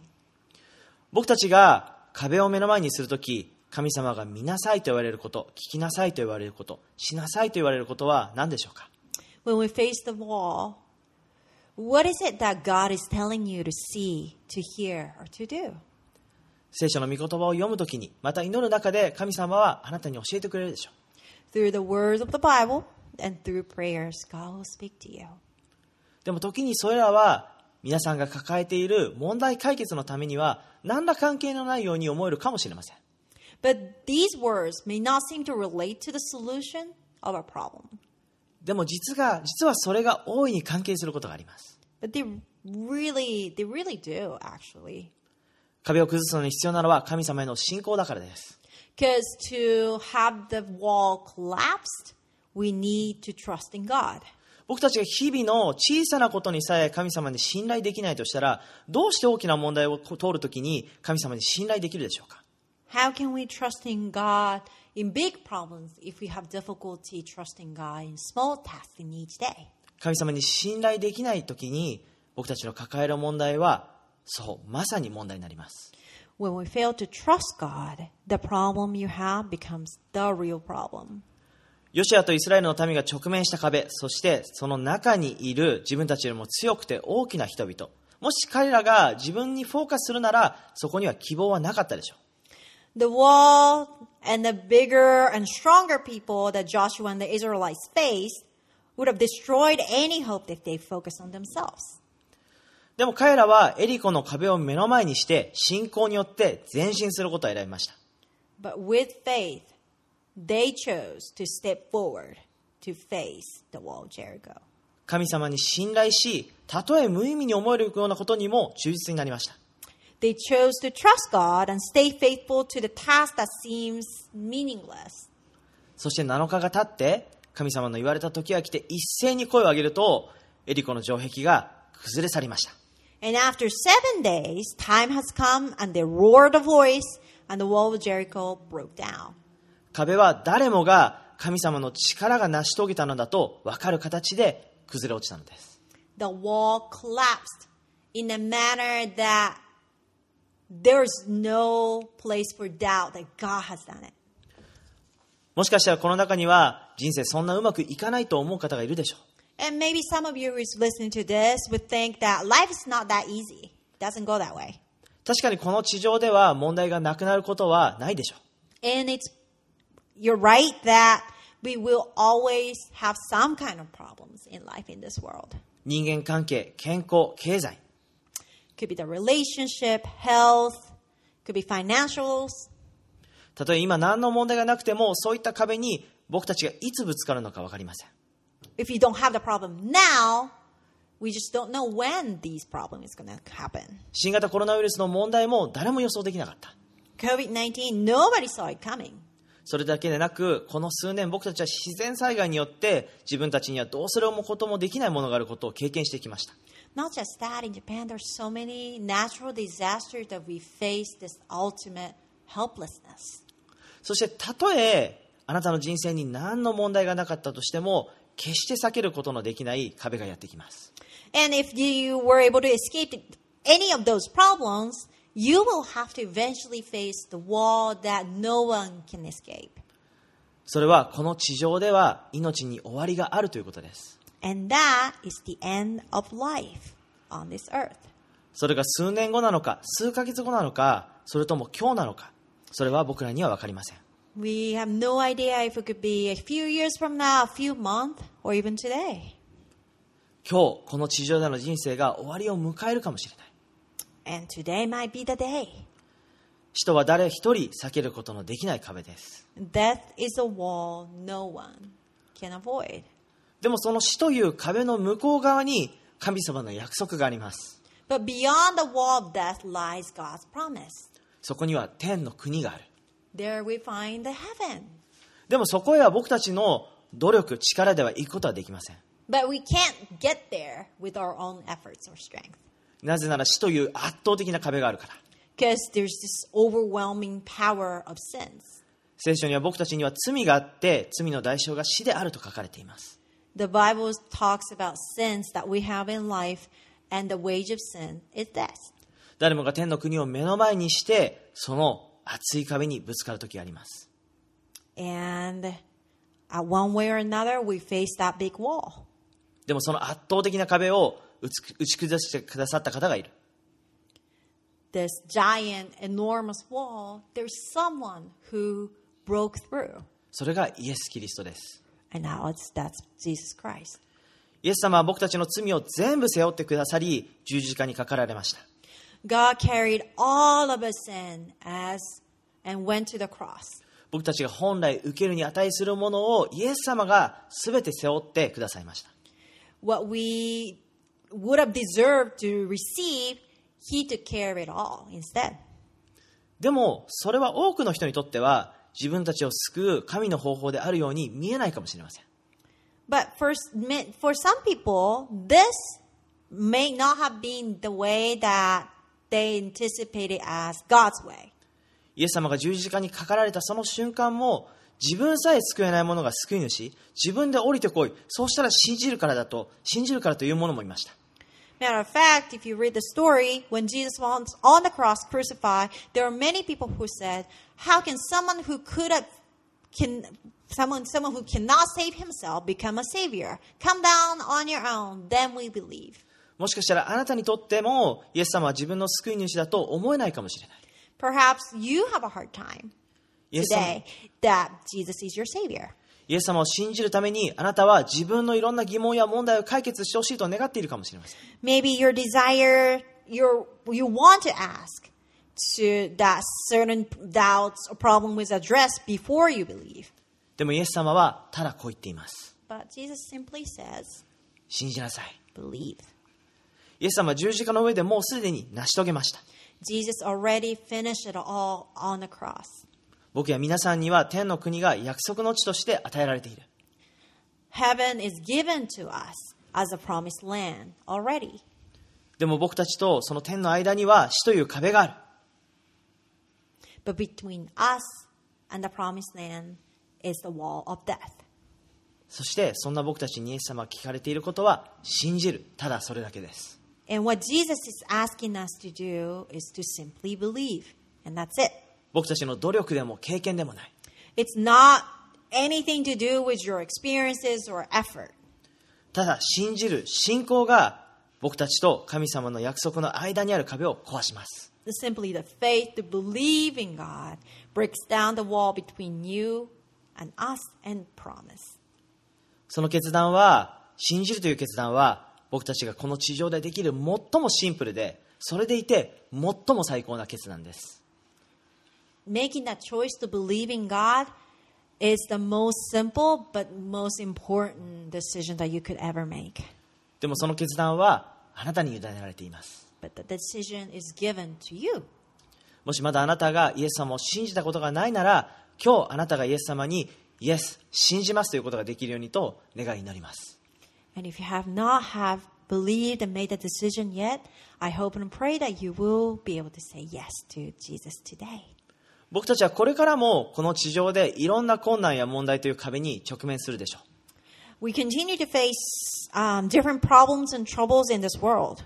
Speaker 1: 僕たちが壁を目の前にするとき、神様が見なさいと言われること、聞きなさいと言われること、しなさいと言われることは何でしょうか
Speaker 2: when we face the wall, what is it that God is telling you to see, to hear, or to do?
Speaker 1: 聖書の御言葉を読むときに、また祈る中で神様はあなたに教えてくれるでしょう。
Speaker 2: Through the words of the Bible and through prayers, God will speak to you.
Speaker 1: でも時にそれらは皆さんが抱えている問題解決のためには何ら関係のないように思えるかもしれません。
Speaker 2: But these words may not seem to relate to the solution of our problem,
Speaker 1: でも実が、実はそれが大いに関係することがあります。
Speaker 2: but they really, they really do actually.
Speaker 1: 壁を崩すのに必要なのは神様への信仰だからです。
Speaker 2: Because to have the wall collapsed, we need to trust in God.
Speaker 1: 僕たちが日々の小さなことにさえ神様に信頼できないとしたら、どうして大きな問題を通るときに神様に信頼できるでしょうか
Speaker 2: How can we trust in God in big problems if we have difficulty trusting God in small tasks in each day?
Speaker 1: 神様に信頼できないときに僕たちの抱える問題は、そう、まさに問題になります。
Speaker 2: When we fail to trust God, the problem you have becomes the real problem.
Speaker 1: ヨシアとイスラエルの民が直面した壁、そしてその中にいる自分たちよりも強くて大きな人々。もし彼らが自分にフォーカスするなら、そこには希望はなかったでしょう。
Speaker 2: The wall and the bigger and stronger people that Joshua and the Israelites faced would have destroyed any hope if they focused on themselves.
Speaker 1: でも彼らはエリコの壁を目の前にして信仰によって前進することを選びました。
Speaker 2: But with faith, they chose to step forward to face the wall of Jericho.
Speaker 1: 神様に信頼し、たとえ無意味に思えるようなことにも忠実になりました。
Speaker 2: They chose to trust God and stay faithful to the task that seems meaningless.
Speaker 1: そして7日が経って、神様の言われた時が来て一斉に声を上げると、エリコの城壁が崩れ去りました。
Speaker 2: And after seven days, time has come, and they roared a voice, and the wall of Jericho broke down.
Speaker 1: 壁は誰もが神様の力が成し遂げたのだと分かる形で崩れ落ちたのです。
Speaker 2: The wall collapsed in a manner that there's no place for doubt that God has done it.
Speaker 1: もしかしたらこの中には人生そんなうまくいかないと思う方がいるでしょう。
Speaker 2: And maybe some of you who is listening to this would think that life is not that easy. It doesn't go that way.
Speaker 1: 確かにこの地上では問題がなくなることはないでしょう。
Speaker 2: And it's you're right that we will always have some kind of problems in life in this world.
Speaker 1: 人間関係、健康、経済。
Speaker 2: Could be the relationship, health, could be financials.
Speaker 1: たとえ今何の問題がなくても、そういった壁に僕たちがいつぶつかるのか分かりません。
Speaker 2: If you don't have the problem now, we just don't know when these problems is gonna happen.
Speaker 1: 新型コロナウイルスの問題も誰も予想できなかった。
Speaker 2: COVID nineteen, nobody saw it coming.
Speaker 1: それだけでなく、この数年僕たちは自然災害によって自分たちにはどうすることもできないものがあることを経験してきました。
Speaker 2: Not just that, in Japan there's so many natural disasters that we face this ultimate helplessness.
Speaker 1: そしてたとえあなたの人生に何の問題がなかったとしても、決して避けることのできない壁がやってきます。
Speaker 2: And if you were able to escape any of those problems, you will have to eventually face the wall that no one can escape.
Speaker 1: それはこの地上では命に終わりがあるということです
Speaker 2: And that is the end of life on this earth.
Speaker 1: それが数年後なのか数ヶ月後なのかそれとも今日なのかそれは僕らには分かりません
Speaker 2: We have no idea if it could be a few years from now, a few months, or even today.
Speaker 1: 今日この地上での人生が終わりを迎えるかもしれない
Speaker 2: And today might be the day.
Speaker 1: 死とは誰一人避けることのできない壁です
Speaker 2: Death is a wall no one can avoid.
Speaker 1: でもその死という壁の向こう側に神様の約束があります
Speaker 2: But beyond the wall of death lies God's promise.
Speaker 1: そこには天の国がある
Speaker 2: There we find the heaven.
Speaker 1: でもそこへは僕たちの努力力では行くことはできません
Speaker 2: But we can't get there with our own efforts or strength
Speaker 1: なぜなら死という圧倒的な壁があるから
Speaker 2: because there's this overwhelming power of sins.
Speaker 1: 聖書には僕たちには罪があって罪の代償が死であると書かれています
Speaker 2: The Bible talks about sins that we have in life, and the wage of sin is death.
Speaker 1: 誰もが天の国を目の前にしてその熱い壁にぶつかる時があります
Speaker 2: And at one way or another, we face that big wall.
Speaker 1: でもその圧倒的な壁を打ち打ち崩してくださった方がいる
Speaker 2: This giant, enormous wall, there's someone who broke through.
Speaker 1: それがイエス・キリストです
Speaker 2: And now it's, that's Jesus Christ.
Speaker 1: イエス様は僕たちの罪を全部背負ってくださり十字架にかかられました
Speaker 2: God carried all of us in as and went to the cross.
Speaker 1: 僕たちが本来受けるに値するものをイエス様が全て背負ってくださいました
Speaker 2: What we would have deserved to receive, he took care of it all instead.
Speaker 1: でもそれは多くの人にとっては自分たちを救う神の方法であるように見えないかもしれません
Speaker 2: But for, s- me- for some people, this may not have been the way that they anticipated as God's way.
Speaker 1: イエス様が十字架にかかられたその瞬間も自分さえ救えない者が救い主自分で降りてこいそうしたら信じるからだと信じるからという者もいました
Speaker 2: Matter of fact, if you read the story, when Jesus was on the cross crucified, there are many people who said, How can someone who could have can someone someone who cannot save himself become a savior? Come down on your own, then we believe.
Speaker 1: もしかしたらあなたにとってもイエス様は自分の救い主だと思えないかもしれない
Speaker 2: Perhaps you have a hard time
Speaker 1: イエス様
Speaker 2: today that Jesus is your savior.
Speaker 1: イエス様を信じるためにあなたは自分のいろんな疑問や問題を解決してほしいと願っているかもしれません
Speaker 2: Maybe your desire your you want to ask to that certain doubts or problem was addressed before you believe.
Speaker 1: でもイエス様はただこう言っています
Speaker 2: But Jesus simply says,
Speaker 1: 信じなさい
Speaker 2: believe.
Speaker 1: イエス様は十字架の上でもうすでに成し遂げました
Speaker 2: Jesus already finished it all on the cross.
Speaker 1: 僕や皆さんには天の国が約束の地として与えられている
Speaker 2: Heaven is given to us as a promised land already.
Speaker 1: でも僕たちとその天の間には死という壁がある
Speaker 2: But between us and the promised land is the wall of death.
Speaker 1: そしてそんな僕たちにイエス様が聞かれていることは信じるただそれだけです
Speaker 2: And what Jesus is asking us to do is to simply believe. And that's it.
Speaker 1: 僕たちの努力でも経験でもない
Speaker 2: It's not anything to do with your experiences or effort.
Speaker 1: ただ信じる信仰が僕たちと神様の約束の間にある壁を壊します
Speaker 2: It's simply the faith to believe in God breaks down the wall between you and us and promise.
Speaker 1: その決断は信じるという決断は僕たちがこの地上でできる最もシンプルでそれでいて最も最高な決断です
Speaker 2: Making that choice to believe in God is the most simple but most important decision that you could ever make.
Speaker 1: でもその決断はあなたに委ねられています。
Speaker 2: But the decision is given to you.
Speaker 1: もしまだあなたがイエス様を信じたことがないなら、今日あなたがイエス様に、イエス、信じますということができるようにと願い祈ります。
Speaker 2: And if you have not have believed and made the decision yet, I hope and pray that you will be able to say yes to Jesus today.
Speaker 1: 僕たちはこれからもこの地上でいろんな困難や問題という壁に直面するでしょう。
Speaker 2: We continue to face um, different problems and troubles in this world.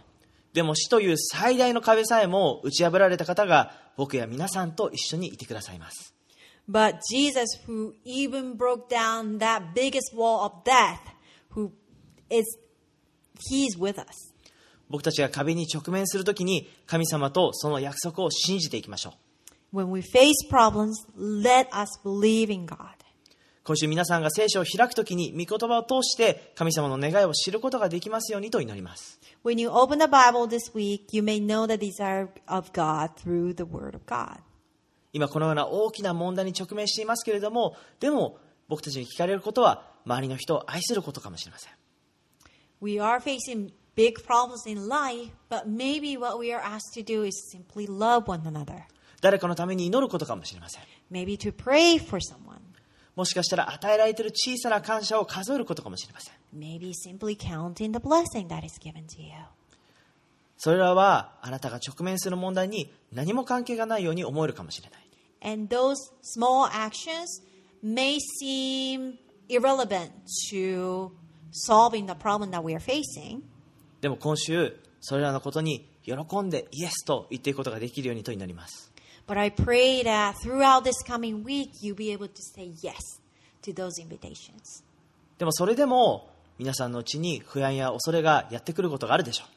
Speaker 1: でも死という最大の壁さえも打ち破られた方が僕や皆さんと一緒にいてくださいます。
Speaker 2: But Jesus, who even broke down that biggest wall of death, who is, he's with us.
Speaker 1: 僕たちが壁に直面するときに神様とその約束を信じていきましょう
Speaker 2: When we face problems, let us believe in God.
Speaker 1: 今週皆さんが聖書を開くときに御言葉を通して神様の願いを知ることができますようにと祈ります
Speaker 2: When you open the Bible this week, you may know the desire of God through the Word of God.
Speaker 1: 今このような大きな問題に直面していますけれどもでも僕たちに聞かれることは周りの人を愛することかもしれません
Speaker 2: We are facing big problems in life, but maybe what we are asked to do is simply love one another.
Speaker 1: 誰かのために祈ることかもしれません
Speaker 2: Maybe to pray for someone.
Speaker 1: もしかしたら与えられている小さな感謝を数えることかもしれません
Speaker 2: Maybe simply counting the blessing that is given to you.
Speaker 1: それらはあなたが直面する問題に何も関係がないように思えるかもしれない
Speaker 2: And those small actions may seem irrelevant to solving the problem that we are facing,
Speaker 1: でも今週それらのことに喜んでイエスと言っていくことができるようにと祈ります
Speaker 2: but I pray that throughout this coming week you'll be able to say yes to those invitations.
Speaker 1: でもそれでも皆さんのうちに不安や恐れがやってくることがあるでしょう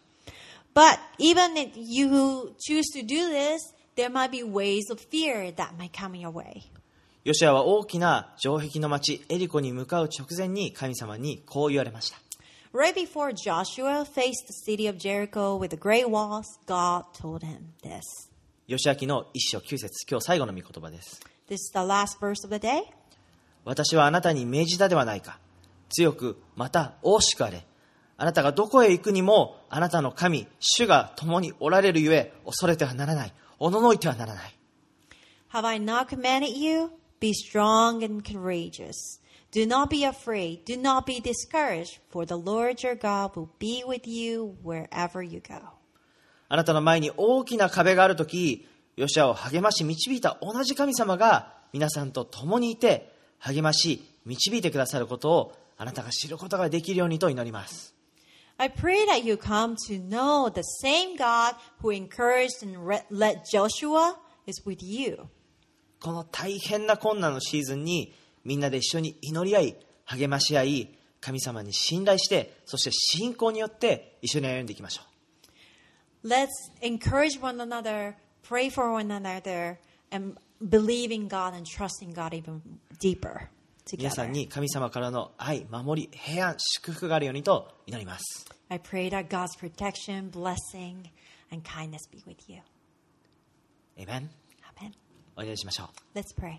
Speaker 2: But even if you who choose to do this, there might be ways of fear that might come your way.
Speaker 1: ヨシアは大きな城壁の町エリコに向かう直前に神様にこう言われました
Speaker 2: Right before Joshua faced the city of Jericho with the great walls, God told him this.
Speaker 1: ヨシア記の一章九節今日最後の御言葉です
Speaker 2: This is the last verse of the day.
Speaker 1: 私はあなたに命じたではないか強くまた大しくあれあなたがどこへ行くにもあなたの神主が共におられるゆえ恐れてはならないおののいてはならない
Speaker 2: Have I not commanded you? Be strong and courageous. Do not be afraid. Do not be discouraged, for the Lord your God will be with you wherever you go.
Speaker 1: あなたの前に大きな壁があるとき、ヨシアを励まし導いた同じ神様が皆さんと共にいて、励まし導いてくださることをあなたが知ることができるようにと祈ります。
Speaker 2: I pray that you come to know the same God who encouraged and re- led Joshua is with you.
Speaker 1: この大変な困難のシーズンにみんなで一緒に祈り合い、励まし合い、神様に信頼して、そして信仰によって一緒に歩んでいきましょう。
Speaker 2: Let's encourage one another, pray for one another, and believe in God and trust in God even deeper
Speaker 1: 皆さん
Speaker 2: together.
Speaker 1: に神様からの愛、守り、平安、祝福があるようにと祈ります。
Speaker 2: I pray that God's protection, blessing, and kindness be with you.
Speaker 1: エメン。
Speaker 2: Amen.
Speaker 1: お祈りしましょう。
Speaker 2: Let's pray.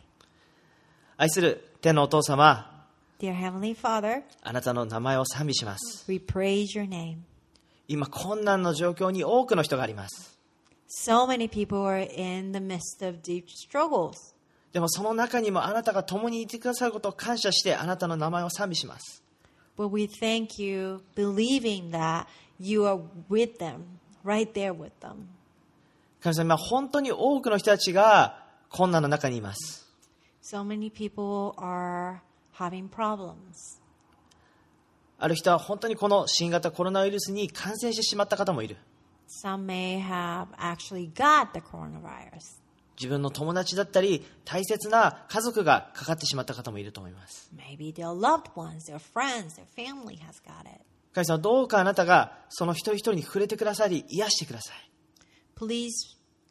Speaker 1: 愛する天のお父様、
Speaker 2: Dear Heavenly Father,
Speaker 1: あなたの名前を賛美します。
Speaker 2: we praise your name.
Speaker 1: 今、困難の状況に多くの人があります。
Speaker 2: So many people are in the midst of deep struggles.
Speaker 1: でもその中にもあなたが共にいてくださることを感謝してあなたの名前を賛美します。
Speaker 2: But we thank you, believing that you are with them, right there with them.
Speaker 1: 神様、今本当に多くの人たちが困難の中にいます。
Speaker 2: So many people are having problems.
Speaker 1: ある人は本当にこの新型コロナウイルスに感染してしまった方もいる。
Speaker 2: Some may have actually got the coronavirus.
Speaker 1: 自分の友達だったり大切な家族がかかってしまった方もいると思います。
Speaker 2: Maybe their loved ones, their friends, their family has got it.
Speaker 1: 神様、どうかあなたがその一人一人に触れてくださり癒してください。
Speaker 2: Please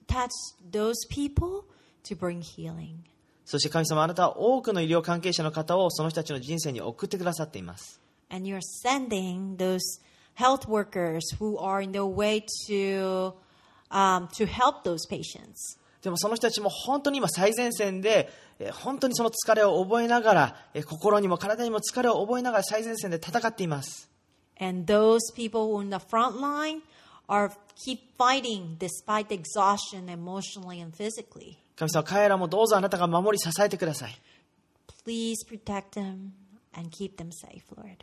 Speaker 2: touch those people to bring healing.
Speaker 1: そして神様、あなたは多くの医療関係者の方をその人たちの人生に送ってくださっています。
Speaker 2: And you're sending those health workers who are in their way to, um, to help those patients.
Speaker 1: でもその人たちも本当に今最前線で、えー本当にその疲れを覚えながら、えー心にも体にも疲れを覚えながら最前線で戦っています。
Speaker 2: And those people on the front line are keep fighting despite the exhaustion emotionally and physically.
Speaker 1: 神様、彼らもどうぞあなたが守り支えてください。
Speaker 2: Please protect them and keep them safe, Lord.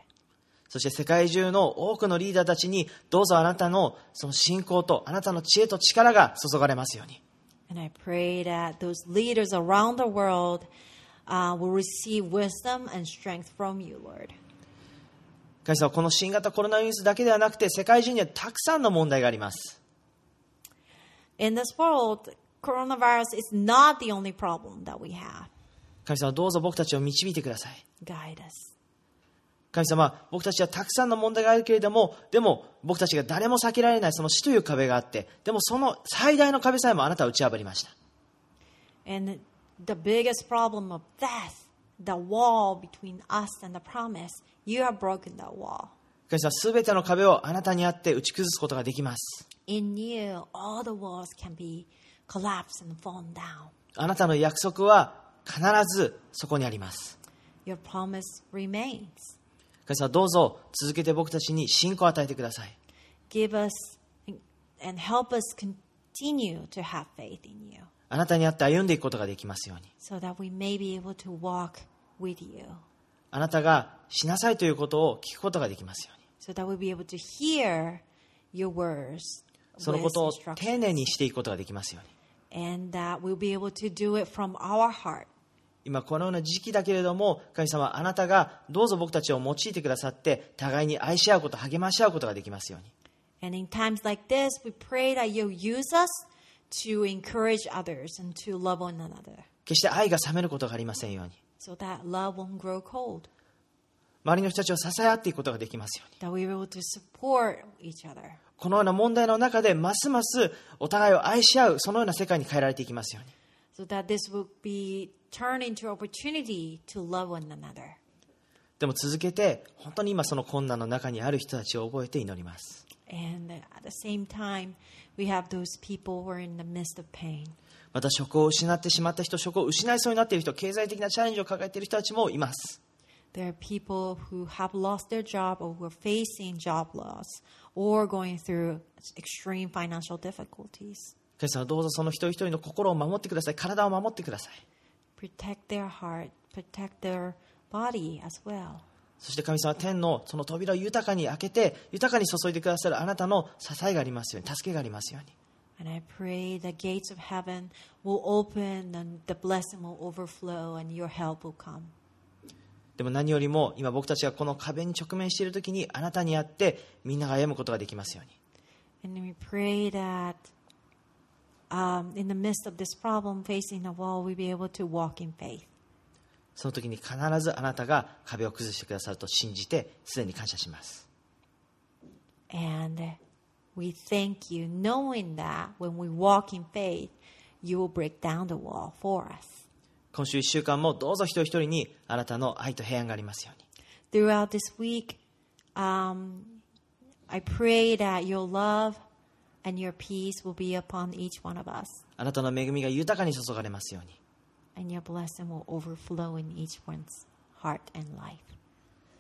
Speaker 1: そして世界中の多くのリーダーたちに、どうぞあなたのその信仰とあなたの知恵と力が注がれますように。
Speaker 2: And I pray that those leaders around the world uh, will receive wisdom and strength from you, Lord.
Speaker 1: 神様、この新型コロナウイルスだけではなくて、世界中にはたくさんの問題があります。
Speaker 2: In this world, coronavirus is not the only problem that we have.
Speaker 1: 神様どうぞ僕たちを導いてください。
Speaker 2: Guide us.
Speaker 1: 神様、僕たちはたくさんの問題があるけれども、でも僕たちが誰も避けられないその死という壁があって、でもその最大の壁さえもあなたは打ち破りました。
Speaker 2: And the biggest problem of death, the wall between us and the promise, you have broken that wall.
Speaker 1: 神様、すべての壁をあなたにあって打ち崩すことができます。
Speaker 2: In you, all the walls can be collapsed and fallen down.
Speaker 1: あなたの約束は必ずそこにあります。
Speaker 2: Your promise remains.
Speaker 1: 神様、どうぞ続けて僕たちに信仰を与えてください。
Speaker 2: Give us and help us continue to have faith in you
Speaker 1: あなたにあって歩んでいくことができますように。
Speaker 2: so that we may be able to walk with you,
Speaker 1: あなたがしなさいということを聞くことができますように。
Speaker 2: so that we'll be able to hear your words.
Speaker 1: その
Speaker 2: with
Speaker 1: ことを丁
Speaker 2: instructions,
Speaker 1: 寧にしていくことができますように。
Speaker 2: and that we'll be able to do it from our heart
Speaker 1: 今このような時期だけれども神様あなたがどうぞ僕たちを用いてくださって互いに愛し合うこと励まし合うことができますように
Speaker 2: And in times like this, we pray that you'll use us to encourage others and to love one another
Speaker 1: 決して愛が冷めることがありませんように
Speaker 2: so that love won't grow cold,
Speaker 1: 周りの人たちを支え合っていくことができますように
Speaker 2: that we're able to support each other,
Speaker 1: このような問題の中でますますお互いを愛し合うそのような世界に変えられていきますように
Speaker 2: so that this will be turned into opportunity to love one another.
Speaker 1: でも続けて本当に今その困難の中にある人たちを覚えて祈ります
Speaker 2: And at the same time, we have those people who are in the midst of pain.
Speaker 1: また職を失ってしまった人職を失いそうになっている人経済的なチャレンジを抱えている人たちもいます
Speaker 2: There are people who have lost their job or who are facing job loss or going through extreme financial difficulties.
Speaker 1: 神様どうぞその一人一人の心を守ってください体を守ってください
Speaker 2: protect their heart, protect their body as well.
Speaker 1: そして神様は天のその扉を豊かに開けて豊かに注いでくださるあなたの支えがありますように助けがありますように
Speaker 2: And I pray the gates of heaven will open and the blessing will overflow and your help will come.
Speaker 1: でも何よりも今僕たちがこの壁に直面している時にあなたにあってみんなが歩むことができますように
Speaker 2: And we pray that um, in the midst of this problem facing the wall, we'll be able to walk in faith.
Speaker 1: その時に必ずあなたが壁を崩してくださると信じてすでに感謝します
Speaker 2: And we thank you, knowing that when we walk in faith, you will break down the wall for us.
Speaker 1: 今週1週間もどうぞ一人一人にあなたの愛と平安がありますように
Speaker 2: throughout this week. Um, I pray that your love and your peace will be upon each one of us,
Speaker 1: あなたの恵みが豊かに注がれますように
Speaker 2: and your blessing will overflow in each one's heart and life.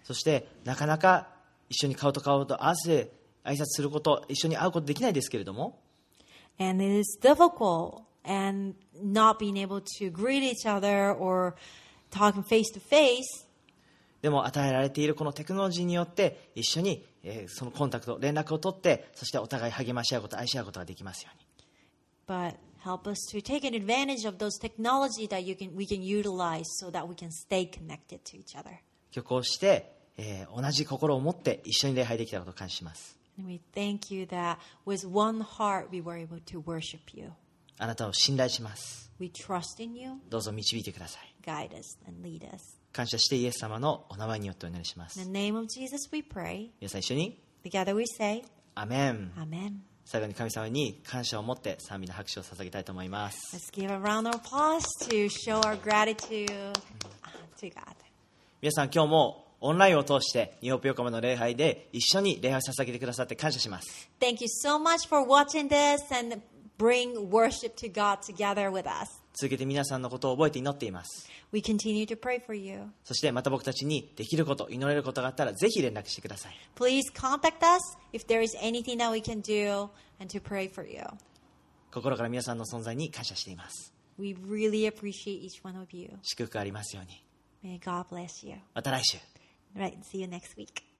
Speaker 1: そしてなかなか一緒に顔と顔と合わせ挨拶すること一緒に会うことできないですけれども
Speaker 2: And it is difficult and not being able to greet each other or talking face to face.
Speaker 1: でも与えられているこのテクノロジーによって一緒に、えーそのコンタクト連絡を取ってそしてお互い励まし合うこと愛し合うことができますように
Speaker 2: But help us to take advantage of those technology that you can we can utilize so that we can stay connected to each other.
Speaker 1: 挙行して、えー同じ心を持って一緒に礼拝できたことを感謝します
Speaker 2: And we thank you that with one heart we were able to worship you.
Speaker 1: あなたを信頼します
Speaker 2: We trust in you.
Speaker 1: どうぞ導いてください
Speaker 2: Guide us and lead us.
Speaker 1: 感謝してイエス様のお名前によってお祈りしま
Speaker 2: In
Speaker 1: す
Speaker 2: the name of Jesus we pray.
Speaker 1: 皆さん一緒に
Speaker 2: Together we say,
Speaker 1: アメン
Speaker 2: Amen.
Speaker 1: 最後に神様に感謝を持って賛美の拍手を捧げたいと思います
Speaker 2: Let's give a round of applause to show our gratitude uh, to God.
Speaker 1: 皆さん今日もオンラインを通して日本横浜の礼拝で一緒に礼拝を捧げてくださって感謝します
Speaker 2: Thank you so much for watching this and bring worship to God together with us.
Speaker 1: 続けて皆さんのことを覚えて祈っています。
Speaker 2: We continue to pray for you.
Speaker 1: そしてまた僕たちにできること、祈れることがあったらぜひ連絡してください。
Speaker 2: Please contact us if there is anything that we can do and to pray for you.
Speaker 1: 心から皆さんの存在に感謝しています。
Speaker 2: We really appreciate each one of you.
Speaker 1: 祝福がありますように。
Speaker 2: May God bless you.
Speaker 1: また来週。
Speaker 2: Right, see you next week.